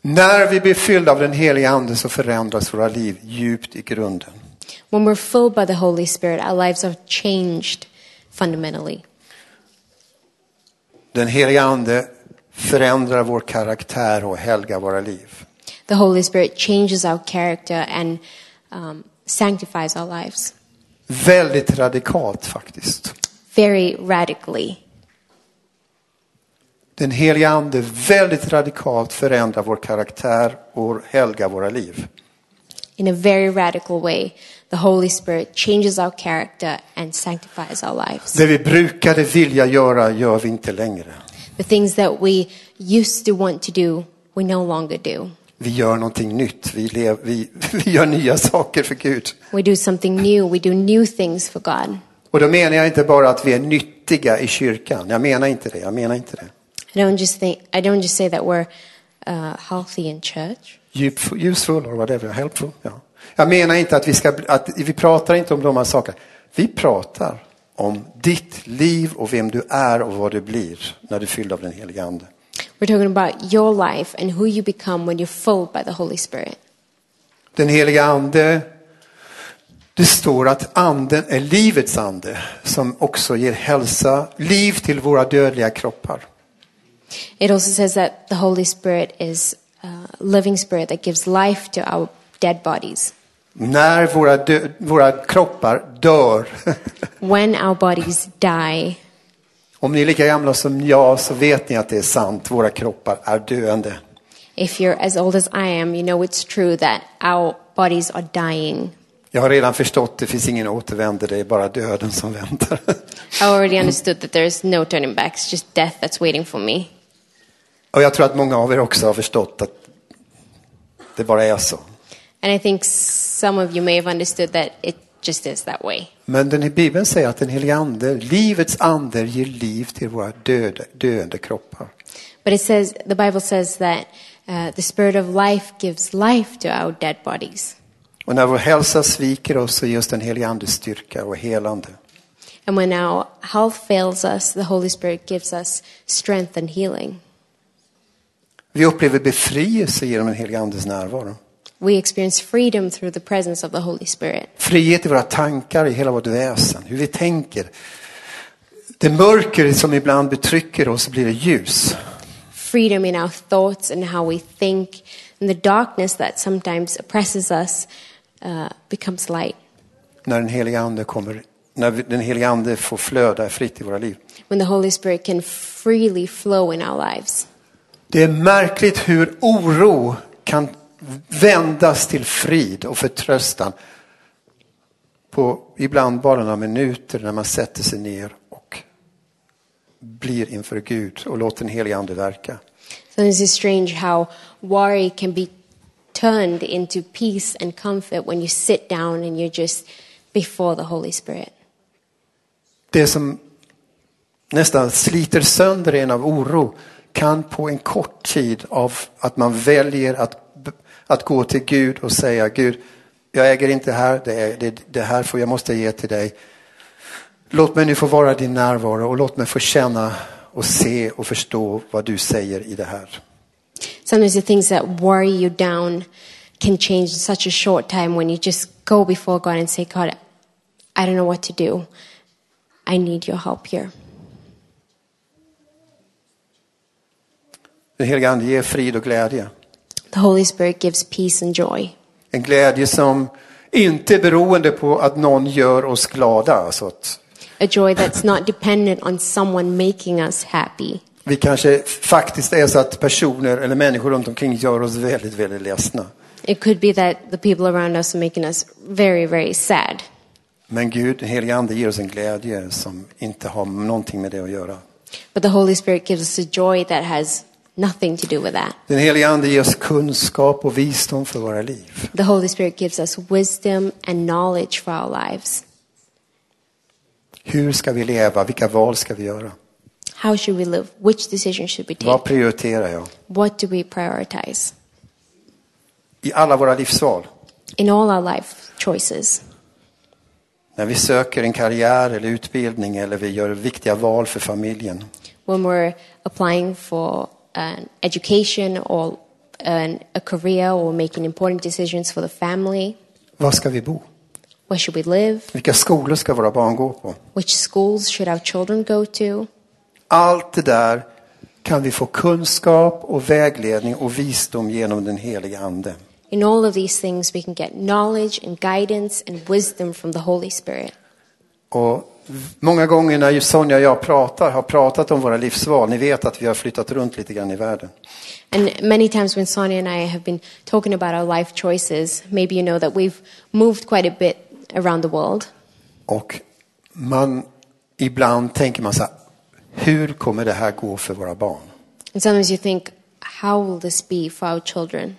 [SPEAKER 1] När vi blir fyllda av den heliga Ande så förändras våra liv djupt i grunden.
[SPEAKER 2] When we're filled by the Holy Spirit, our lives are changed fundamentally.
[SPEAKER 1] Den heliga Ande förändrar vår karaktär och helgar våra liv.
[SPEAKER 2] The Holy Spirit changes our character and um, sanctifies our lives
[SPEAKER 1] Väldigt radikalt faktiskt.
[SPEAKER 2] very radically.
[SPEAKER 1] Den heliga ande väldigt radikalt förändrar vår karaktär och helgar våra liv.
[SPEAKER 2] In a very radical way, the Holy Spirit changes our character and sanctifies our lives.
[SPEAKER 1] Det vi brukade vilja göra gör vi inte längre.
[SPEAKER 2] The things that we used to want to do, we no longer do.
[SPEAKER 1] Vi gör någonting nytt. Vi, lev, vi, vi gör nya saker för Gud.
[SPEAKER 2] We do something new, we do new things for God.
[SPEAKER 1] Och då menar jag inte bara att vi är nyttiga i kyrkan. Jag menar inte det. Jag menar inte det.
[SPEAKER 2] I don't just think I don't just say that we're uh, healthy in church.
[SPEAKER 1] Djup, useful or whatever, helpful. Ja. Jag menar inte att vi ska, att vi pratar inte om de här sakerna. Vi pratar om ditt liv och vem du är och vad du blir när du är fylld av den heliga ande.
[SPEAKER 2] We're talking about your life and who you become when you're filled by the Holy Spirit.
[SPEAKER 1] Den heliga ande, det står att anden är livets ande som också ger hälsa, liv till våra dödliga kroppar.
[SPEAKER 2] It also says that the Holy Spirit is a living spirit that gives life to our dead bodies.
[SPEAKER 1] När våra, dö- våra kroppar dör.
[SPEAKER 2] When our bodies die,
[SPEAKER 1] Om ni är lika gamla som jag så vet ni att det är sant. Våra kroppar är döende.
[SPEAKER 2] if you're as old as I am, you know it's true that our bodies are dying.
[SPEAKER 1] Jag har redan förstått, det finns ingen återvändo, det är bara döden som väntar.
[SPEAKER 2] I already understood that there's no turning back, it's just death that's waiting for me.
[SPEAKER 1] Och jag tror att många av er också har förstått att det bara är så.
[SPEAKER 2] And I think some of you may have understood that it just is that way.
[SPEAKER 1] Men den i Bibeln säger att den heliga ande, livets ande, ger liv till våra döda, döende kroppar.
[SPEAKER 2] But it says, the Bible says that uh, the spirit of life gives life to our dead bodies.
[SPEAKER 1] Och när vår hälsa sviker oss så ger oss den heliga ande styrka och helande.
[SPEAKER 2] And when our health fails us, the Holy Spirit gives us strength and healing.
[SPEAKER 1] Vi upplever befrielse genom den heliga andes närvaro.
[SPEAKER 2] We experience freedom through the presence of the Holy Spirit.
[SPEAKER 1] Frihet i våra tankar, i hela vårt väsen, hur vi tänker. Det mörker som ibland betrycker oss blir det ljus.
[SPEAKER 2] Freedom in our thoughts and how we think. And the darkness that sometimes oppresses us uh, becomes light
[SPEAKER 1] när den heliga ande kommer, när vi- den heliga ande får flöda fritt i våra liv.
[SPEAKER 2] when the Holy Spirit can freely flow in our lives.
[SPEAKER 1] Det är märkligt hur oro kan vändas till frid och förtröstan på ibland bara några minuter när man sätter sig ner och blir inför Gud och låter den heliga ande verka.
[SPEAKER 2] So this is strange how worry can be turned into peace and comfort when you sit down and you're just before the Holy Spirit.
[SPEAKER 1] Det som nästan sliter sönder en av oro kan på en kort tid av att man väljer att, att gå till Gud och säga Gud, jag äger inte här, det, är, det, det här får, jag måste ge till dig. Låt mig nu få vara i din närvaro och låt mig få känna och se och förstå vad du säger i det här.
[SPEAKER 2] Sometimes the things that worry you down can change in such a short time when you just go before God and say, God, I don't know what to do. I need your help here.
[SPEAKER 1] Den heliga ande ger frid och glädje.
[SPEAKER 2] The Holy Spirit gives peace and joy.
[SPEAKER 1] En glädje som inte är beroende på att någon gör oss glada. Alltså att
[SPEAKER 2] A joy that's not dependent on someone making us happy.
[SPEAKER 1] Vi kanske faktiskt är så att personer eller människor runt omkring gör oss väldigt, väldigt ledsna.
[SPEAKER 2] It could be that the people around us are making us very, very sad.
[SPEAKER 1] Men Gud, den helige Ande, ger oss en glädje som inte har någonting med det att göra.
[SPEAKER 2] But the Holy Spirit gives us a joy that has nothing to do with that.
[SPEAKER 1] Den helige Ande ger oss kunskap och visdom för våra liv.
[SPEAKER 2] The Holy Spirit gives us wisdom and knowledge for our lives.
[SPEAKER 1] Hur ska vi leva? Vilka val ska vi göra?
[SPEAKER 2] How should we live? Which decision should we
[SPEAKER 1] Vad
[SPEAKER 2] take?
[SPEAKER 1] prioriterar jag?
[SPEAKER 2] What do we prioritize
[SPEAKER 1] I alla våra livsval.
[SPEAKER 2] in all our life choices?
[SPEAKER 1] När vi söker en karriär eller utbildning eller vi gör viktiga val för familjen.
[SPEAKER 2] When we're applying for an education or an, a career or making important decisions for the family,
[SPEAKER 1] Var ska vi bo?
[SPEAKER 2] where should we live?
[SPEAKER 1] Vilka skolor ska våra barn gå på?
[SPEAKER 2] Which schools should our children go to?
[SPEAKER 1] Allt det där kan vi få kunskap och vägledning och visdom genom den heliga Ande.
[SPEAKER 2] In all of these things, we can get knowledge and guidance and wisdom from the Holy Spirit.
[SPEAKER 1] Och Många gånger när Sonja och jag pratar, har pratat om våra livsval, ni vet att vi har flyttat runt lite grann i världen.
[SPEAKER 2] And many times when Sonia and I have been talking about our life choices, maybe you know that we've moved quite a bit around the world.
[SPEAKER 1] Och man, ibland tänker man så här, hur kommer det här gå för våra barn?
[SPEAKER 2] And sometimes you think, how will this be for our children?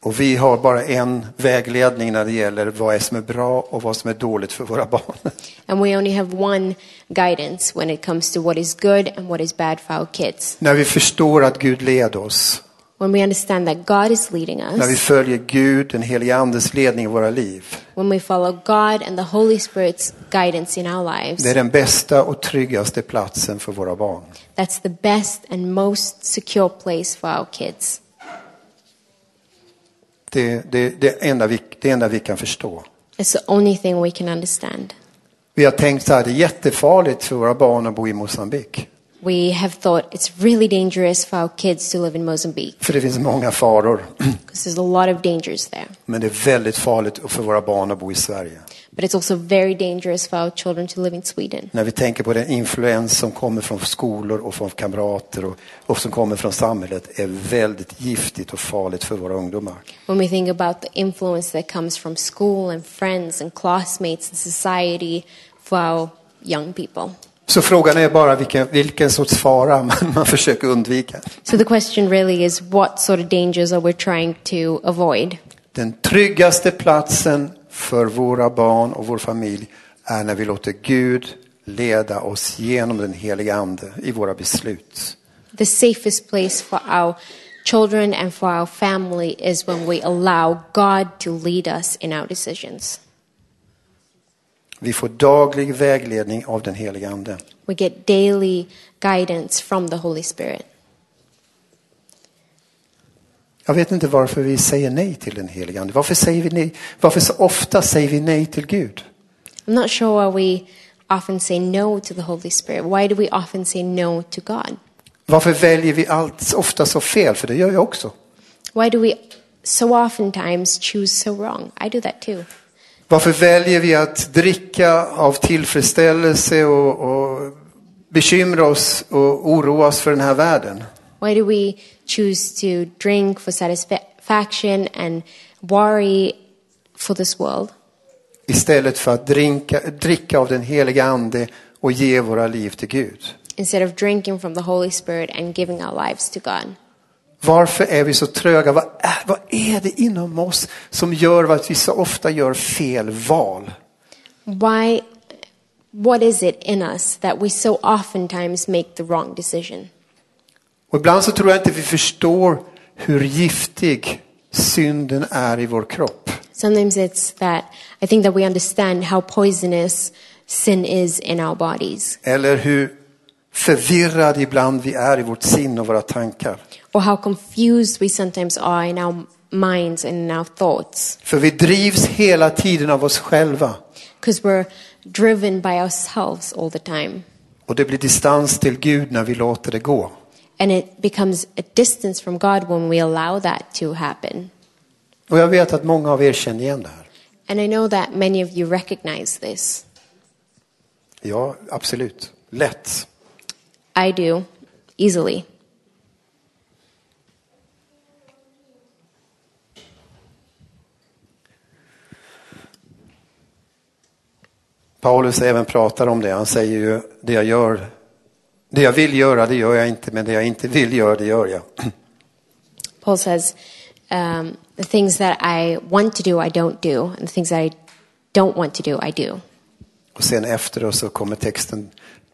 [SPEAKER 1] Och vi har bara en vägledning när det gäller vad är som är bra och vad som är dåligt för våra barn.
[SPEAKER 2] And we only have one guidance when it comes to what is good and what is bad for our kids.
[SPEAKER 1] När vi förstår att Gud led oss,
[SPEAKER 2] When we understand that God is leading
[SPEAKER 1] när vi
[SPEAKER 2] us,
[SPEAKER 1] följer Gud, den helige Andes ledning i våra liv.
[SPEAKER 2] when we follow God and the Holy Spirit's guidance in our lives,
[SPEAKER 1] Det är den bästa och tryggaste platsen för våra barn.
[SPEAKER 2] that's the best and most secure place for our kids.
[SPEAKER 1] Det, det, det, enda vi, det enda vi kan förstå.
[SPEAKER 2] It's the only thing we can understand.
[SPEAKER 1] Vi har tänkt så här, det är jättefarligt för våra barn att bo i Mosambik.
[SPEAKER 2] We have thought it's really dangerous for our kids to live in Mozambique
[SPEAKER 1] För det finns många faror.
[SPEAKER 2] because there's a lot of dangers there.
[SPEAKER 1] Men det är väldigt farligt för våra barn att bo i Sverige.
[SPEAKER 2] But it's also very dangerous for our children to live in Sweden.
[SPEAKER 1] När vi tänker på den influens som kommer från skolor och från kamrater och, och som kommer från samhället är väldigt giftigt och farligt för våra ungdomar.
[SPEAKER 2] When we think about the influence that comes from school and friends and classmates and society for our young people.
[SPEAKER 1] Så frågan är bara vilken, vilken sorts fara man, man försöker undvika.
[SPEAKER 2] So the question really is what sort of dangers are we trying to avoid?
[SPEAKER 1] Den tryggaste platsen för våra barn och vår familj är när vi låter Gud leda oss genom den heliga Ande i våra beslut.
[SPEAKER 2] The safest place for our children and for our family is when we allow God to lead us in our decisions.
[SPEAKER 1] Vi får daglig vägledning av den heliga Ande.
[SPEAKER 2] We get daily guidance from the Holy Spirit.
[SPEAKER 1] Jag vet inte varför vi säger nej till den heliga Ande. Varför, säger vi nej? varför så ofta säger vi nej till Gud?
[SPEAKER 2] I'm not sure why we often say no to the Holy Spirit. Why do we often say no to God?
[SPEAKER 1] Varför väljer vi allt så ofta så fel? För det gör jag också.
[SPEAKER 2] Why do we so oftentimes choose so wrong? I do that too.
[SPEAKER 1] Varför väljer vi att dricka av tillfredsställelse och, och bekymra oss och oroa oss för den här världen?
[SPEAKER 2] Why do we choose to drink for satisfaction and worry for this world
[SPEAKER 1] Istället för att drinka, dricka av den heliga ande och ge våra liv till Gud.
[SPEAKER 2] instead of drinking from the Holy Spirit and giving our lives to God?
[SPEAKER 1] Varför är vi så tröga? Vad är, vad är det inom oss som gör att vi så ofta gör fel val?
[SPEAKER 2] Why, what is it in us that we so oftentimes make the wrong decision?
[SPEAKER 1] Och ibland så tror jag inte vi förstår hur giftig synden är i vår kropp.
[SPEAKER 2] Sometimes it's that I think that we understand how poisonous sin is in our bodies,
[SPEAKER 1] Eller hur förvirrad ibland vi är i vårt sinne och våra tankar.
[SPEAKER 2] or how confused we sometimes are in our minds and in our thoughts,
[SPEAKER 1] För vi drivs hela tiden av oss själva.
[SPEAKER 2] because we're driven by ourselves all the time.
[SPEAKER 1] Och det blir distans till Gud när vi låter det gå.
[SPEAKER 2] And it becomes a distance from God when we allow that to happen.
[SPEAKER 1] Och jag vet att många av er känner igen det här.
[SPEAKER 2] And I know that many of you recognize this.
[SPEAKER 1] Ja, absolut. Lätt.
[SPEAKER 2] I do, easily.
[SPEAKER 1] Paulus även pratar om det. Han säger ju, det jag gör, det jag vill göra, det gör jag inte, men det jag inte vill göra, det gör jag.
[SPEAKER 2] Paul says, um, The things that I want to do, I don't do, and the things that I don't want to do, I do.
[SPEAKER 1] Och sen efter oss så kommer texten,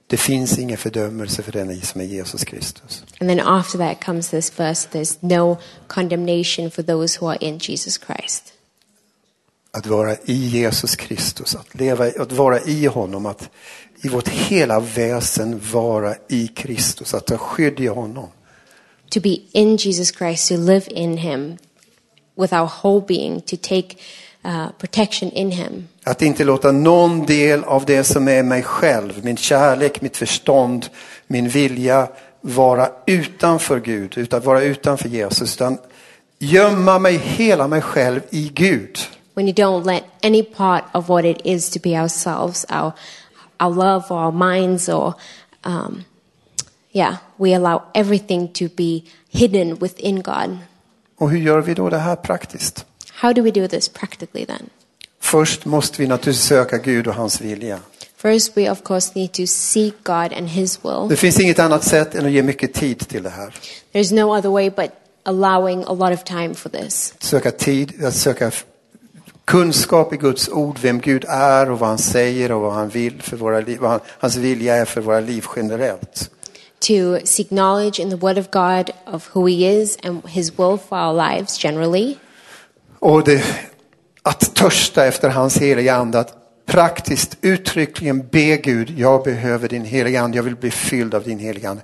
[SPEAKER 1] det finns ingen fördömelse för den som är Jesus Kristus.
[SPEAKER 2] And then after that comes this verse there's no condemnation for those who are in Jesus Christ.
[SPEAKER 1] Att vara i Jesus Kristus, att, leva, i- att vara i honom, att i vårt hela väsen vara i Kristus, att ta skydd i honom.
[SPEAKER 2] To be in Jesus Christ, to live in Him with our whole being, to take uh, protection in Him,
[SPEAKER 1] Att inte låta någon del av det som är mig själv, min kärlek, mitt förstånd, min vilja vara utanför Gud, utan vara utanför Jesus, utan gömma mig, hela mig själv i Gud.
[SPEAKER 2] when you don't let any part of what it is to be ourselves, our, our love or our minds or, um, yeah, we allow everything to be hidden within God.
[SPEAKER 1] Och hur gör vi då det här praktiskt?
[SPEAKER 2] How do we do this practically then?
[SPEAKER 1] Först måste vi naturligtvis söka Gud och hans vilja.
[SPEAKER 2] First, we of course need to seek God and His will.
[SPEAKER 1] Det finns inget annat sätt än att ge mycket tid till det här.
[SPEAKER 2] There's no other way but allowing a lot of time for this.
[SPEAKER 1] Söka tid, att söka f- kunskap i Guds ord, vem Gud är och vad han säger och vad han vill för våra liv, vad han, hans vilja är för våra liv generellt.
[SPEAKER 2] To seek knowledge in the Word of God of who He is and His will for our lives generally.
[SPEAKER 1] Och det, att törsta efter hans heliga ande, att praktiskt uttryckligen be Gud, jag behöver din heliga ande, jag vill bli fylld av din heliga ande.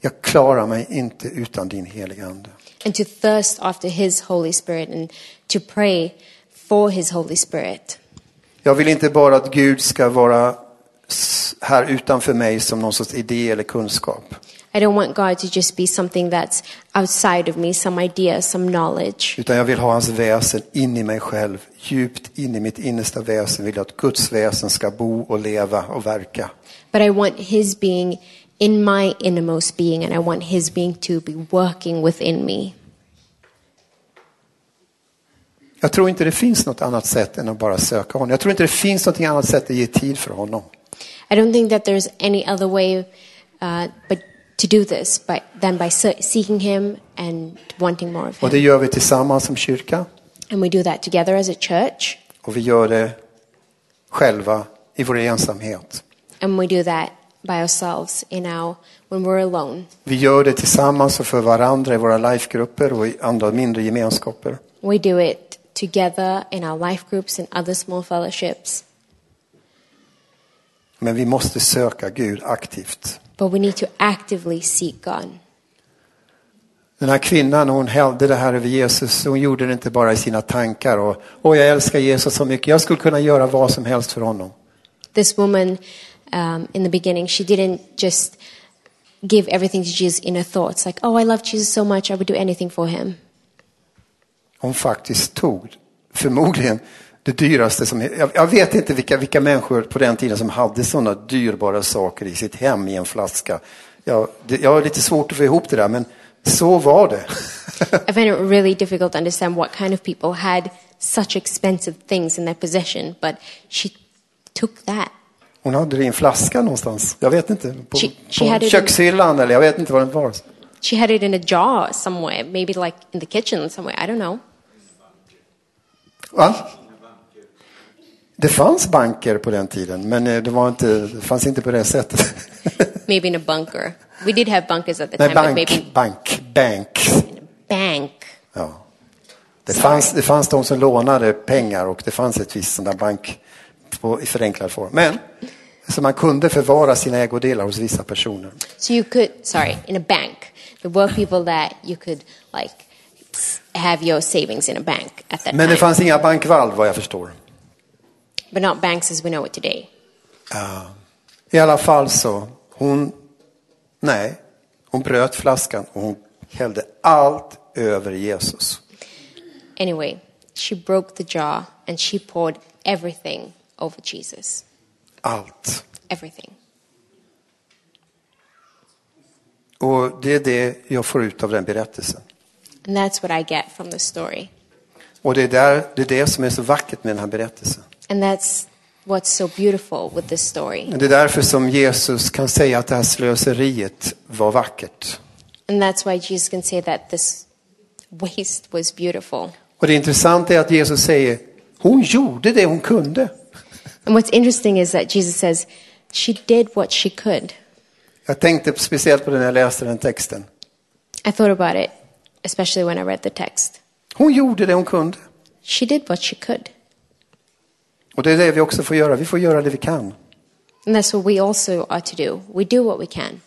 [SPEAKER 1] Jag klarar mig inte utan din heliga ande.
[SPEAKER 2] and to thirst after His Holy Spirit and to pray for His Holy Spirit.
[SPEAKER 1] Jag vill inte bara att Gud ska vara s- här utanför mig som någon sorts idé eller kunskap.
[SPEAKER 2] I don't want God to just be something that's outside of me, some idea, some knowledge,
[SPEAKER 1] Utan jag vill ha hans väsen in i mig själv. Djupt in i mitt innersta väsen vill jag att Guds väsen ska bo och leva och verka.
[SPEAKER 2] but I want His being in my innermost being and I want His being to be working within me.
[SPEAKER 1] Jag tror inte det finns något annat sätt än att bara söka honom. Jag tror inte det finns något annat sätt att ge tid för honom.
[SPEAKER 2] I don't think that there's any other way uh, but to do this but than by se- seeking Him and wanting more of
[SPEAKER 1] Och det
[SPEAKER 2] Him.
[SPEAKER 1] gör vi tillsammans som kyrka
[SPEAKER 2] And we do that together as a church
[SPEAKER 1] och vi gör det själva i vår ensamhet.
[SPEAKER 2] and we do that by ourselves in our when we're alone
[SPEAKER 1] Vi gör det tillsammans och för varandra i våra lifegrupper och i andra mindre gemenskaper.
[SPEAKER 2] We do it together in our life groups and other small fellowships,
[SPEAKER 1] Men vi måste söka Gud aktivt.
[SPEAKER 2] but we need to actively seek God.
[SPEAKER 1] Den här kvinnan, hon hällde det här över Jesus. Hon gjorde det inte bara i sina tankar. Och, Åh, jag älskar Jesus så mycket. Jag skulle kunna göra vad som helst för honom.
[SPEAKER 2] This woman, um, in the beginning, she didn't just give everything to Jesus in her thoughts, like, oh, I love Jesus so much, I would do anything for him.
[SPEAKER 1] Hon faktiskt tog, förmodligen, det dyraste som... Jag, jag vet inte vilka, vilka människor på den tiden som hade sådana dyrbara saker i sitt hem i en flaska. Jag, det, jag har lite svårt att få ihop det där, men så var det.
[SPEAKER 2] I find it really difficult to understand what kind of people had such expensive things in their possession, but she took that.
[SPEAKER 1] Hon hade det i en flaska någonstans. Jag vet inte. På,
[SPEAKER 2] She- she had it
[SPEAKER 1] på
[SPEAKER 2] in-
[SPEAKER 1] kökshyllan eller jag vet inte var den var.
[SPEAKER 2] She had it in a jar somewhere, maybe like in the kitchen somewhere, I don't know.
[SPEAKER 1] Va? Det fanns banker på den tiden, men eh, det, var inte, det fanns inte på det sättet.
[SPEAKER 2] Maybe in a bunker. We did have bunkers at the
[SPEAKER 1] Nej,
[SPEAKER 2] time, but
[SPEAKER 1] bank,
[SPEAKER 2] maybe
[SPEAKER 1] bank, bank.
[SPEAKER 2] bank.
[SPEAKER 1] Ja. Det, fanns, det fanns de som lånade pengar och det fanns ett visst sån där bank på, i förenklad form. Men så man kunde förvara sina ägodelar hos vissa personer.
[SPEAKER 2] So you could, sorry, in a bank. There were people that you could like have your savings in a bank at that
[SPEAKER 1] Men det
[SPEAKER 2] time,
[SPEAKER 1] fanns inga bankvalv vad jag förstår.
[SPEAKER 2] but not banks as we know it today.
[SPEAKER 1] Ja. I alla fall så, hon, nej, hon bröt flaskan och hon hällde allt över Jesus.
[SPEAKER 2] Anyway, she broke the jar and she poured everything over Jesus.
[SPEAKER 1] Allt.
[SPEAKER 2] Everything.
[SPEAKER 1] Och det är det jag får ut av den berättelsen.
[SPEAKER 2] And that's what I get from the story.
[SPEAKER 1] Och det är, där, det är det som är så vackert med den här berättelsen.
[SPEAKER 2] And that's what's so beautiful with this story.
[SPEAKER 1] Det är därför som Jesus kan säga att det här slöseriet var vackert.
[SPEAKER 2] And that's why Jesus can say that this waste was beautiful.
[SPEAKER 1] Och det intressanta är att Jesus säger, hon gjorde det hon kunde.
[SPEAKER 2] And what's interesting is that Jesus says, she did what she could.
[SPEAKER 1] Jag tänkte speciellt på det när jag läste den texten.
[SPEAKER 2] I thought about it, especially when I read the text.
[SPEAKER 1] Hon gjorde det hon kunde.
[SPEAKER 2] She did what she could.
[SPEAKER 1] Och det är det vi också får göra, vi får göra det vi kan.
[SPEAKER 2] And that's what we also are to do. We do what we can.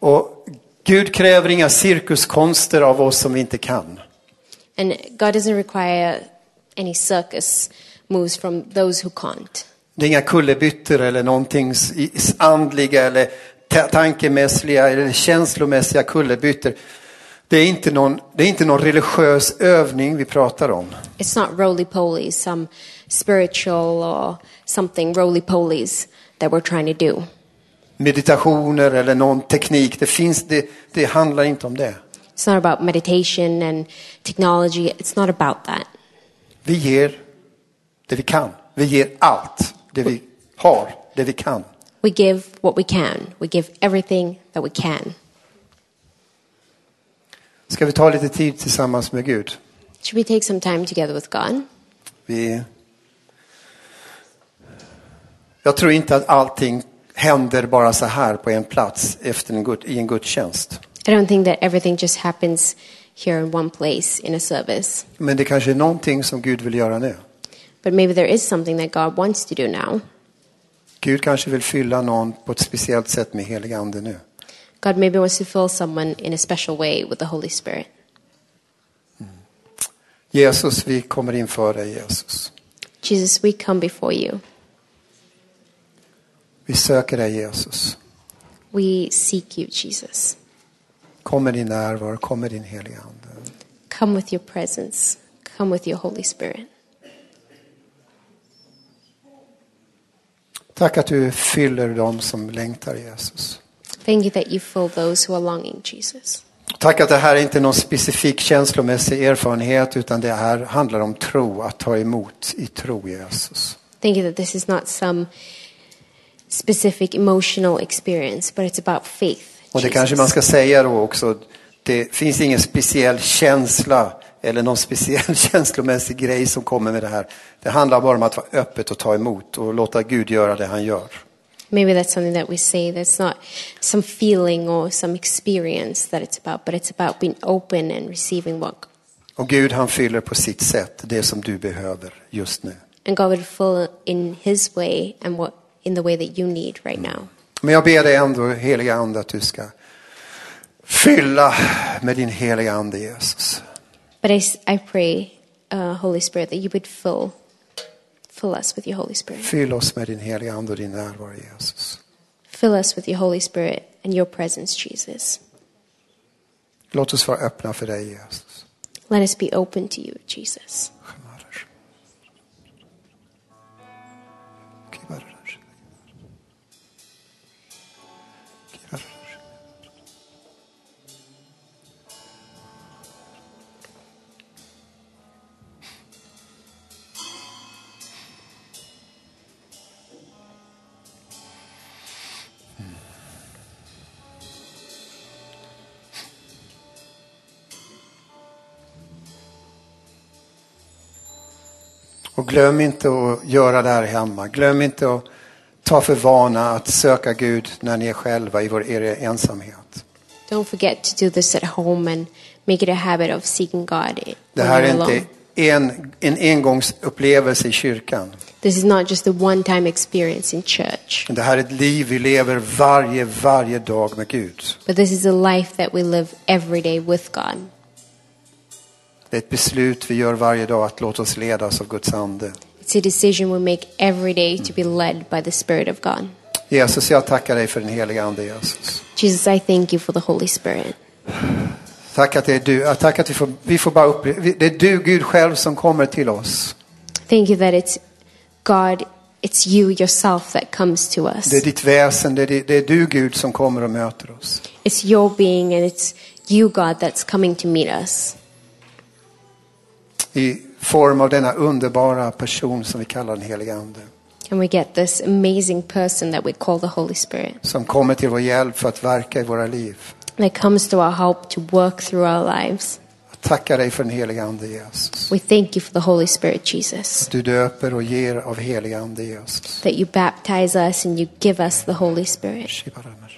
[SPEAKER 1] Och Gud kräver inga cirkuskonster av oss som vi inte kan.
[SPEAKER 2] And God doesn't require any circus moves from those who can't.
[SPEAKER 1] Det är inga kullerbyttor eller någonting s- i- s- andliga eller ta- tankemässiga eller känslomässiga kullerbyttor. Det är, inte någon, det är inte någon religiös övning vi pratar om.
[SPEAKER 2] It's not roly poly, some spiritual or something roly polies that we're trying to do.
[SPEAKER 1] Meditationer eller någon teknik. Det, finns, det, det handlar inte om det.
[SPEAKER 2] It's not about meditation and technology. It's not about that.
[SPEAKER 1] Vi ger det vi kan. Vi ger allt det vi har, det vi kan.
[SPEAKER 2] We give what we can. We give everything that we can.
[SPEAKER 1] Ska vi ta lite tid tillsammans med Gud?
[SPEAKER 2] Should we take some time together with God?
[SPEAKER 1] Vi... Jag tror inte att allting händer bara så här på en plats efter en gud, i en gudstjänst.
[SPEAKER 2] I don't think that everything just happens here in one place in a service,
[SPEAKER 1] Men det kanske är någonting som Gud vill göra nu.
[SPEAKER 2] but maybe there is something that God wants to do now.
[SPEAKER 1] Gud kanske vill fylla någon på ett speciellt sätt med helig ande nu.
[SPEAKER 2] God maybe wants to fill someone in a special way with the Holy Spirit.
[SPEAKER 1] Jesus, vi kommer inför dig Jesus.
[SPEAKER 2] Jesus, we come before you.
[SPEAKER 1] Vi söker dig Jesus.
[SPEAKER 2] We seek you, Jesus.
[SPEAKER 1] Kom med din närvaro, kom med din heliga ande.
[SPEAKER 2] Come with your presence. Come with your Holy Spirit.
[SPEAKER 1] Tack att du fyller dem som längtar Jesus.
[SPEAKER 2] Thank you that you fill those who are longing, Jesus.
[SPEAKER 1] Tack att det här är inte någon specifik känslomässig erfarenhet utan det här handlar om tro, att ta emot i tro Jesus.
[SPEAKER 2] Thank you that this is not some specific emotional experience, but it's about faith.
[SPEAKER 1] Och det
[SPEAKER 2] Jesus.
[SPEAKER 1] kanske man ska säga då också, det finns ingen speciell känsla eller någon speciell känslomässig grej som kommer med det här. Det handlar bara om att vara öppet och ta emot och låta Gud göra det han gör.
[SPEAKER 2] Maybe that's something that we say that's not some feeling or some experience that it's about, but it's about being open and receiving what.
[SPEAKER 1] Och Gud han fyller på sitt sätt det som du behöver just nu.
[SPEAKER 2] And God would fill in His way and what in the way that you need right now.
[SPEAKER 1] Men jag ber dig ändå, heliga ande, att du ska fylla med din heliga ande Jesus.
[SPEAKER 2] But I, s- I pray, uh, Holy Spirit, that you would fill fill us with your Holy Spirit.
[SPEAKER 1] Fyll oss med din heliga ande och din närvaro Jesus.
[SPEAKER 2] Fill us with your Holy Spirit and your presence, Jesus.
[SPEAKER 1] Låt oss vara öppna för dig Jesus.
[SPEAKER 2] Let us be open to you, Jesus.
[SPEAKER 1] Och glöm inte att göra det här hemma. Glöm inte att ta för vana att söka Gud när ni är själva i vår, er ensamhet.
[SPEAKER 2] Don't forget to do this at home and make it a habit of seeking God i-
[SPEAKER 1] Det
[SPEAKER 2] when
[SPEAKER 1] här är
[SPEAKER 2] you're
[SPEAKER 1] inte
[SPEAKER 2] alone.
[SPEAKER 1] en, en engångsupplevelse i kyrkan.
[SPEAKER 2] This is not just a one-time experience in church,
[SPEAKER 1] Det här är ett liv vi lever varje, varje dag med Gud.
[SPEAKER 2] but this is a life that we live every day with God.
[SPEAKER 1] Det är ett beslut vi gör varje dag att låta oss ledas av Guds ande.
[SPEAKER 2] It's a decision we make every day to be led by the Spirit of God.
[SPEAKER 1] Jesus, jag tackar dig för den heliga ande Jesus.
[SPEAKER 2] Jesus, I thank you for the Holy Spirit.
[SPEAKER 1] Tack att det är du. Ja, Tack att vi får, vi får bara uppleva. vi- Det är du Gud själv som kommer till oss.
[SPEAKER 2] Thank you that it's God, it's you yourself that comes to us.
[SPEAKER 1] Det är ditt väsen, det är, di- det är du Gud som kommer och möter oss.
[SPEAKER 2] It's your being and it's you, God, that's coming to meet us
[SPEAKER 1] I form av denna underbara person som vi kallar den heliga ande.
[SPEAKER 2] and we get this amazing person that we call the Holy Spirit
[SPEAKER 1] Som kommer till vår hjälp för att verka i våra liv.
[SPEAKER 2] that comes to our help to work through our lives.
[SPEAKER 1] Jag tackar dig för den heliga ande Jesus.
[SPEAKER 2] We thank you for the Holy Spirit, Jesus,
[SPEAKER 1] Du döper och ger av heliga ande Jesus.
[SPEAKER 2] that you baptize us and you give us the Holy Spirit.
[SPEAKER 1] Shibaramash.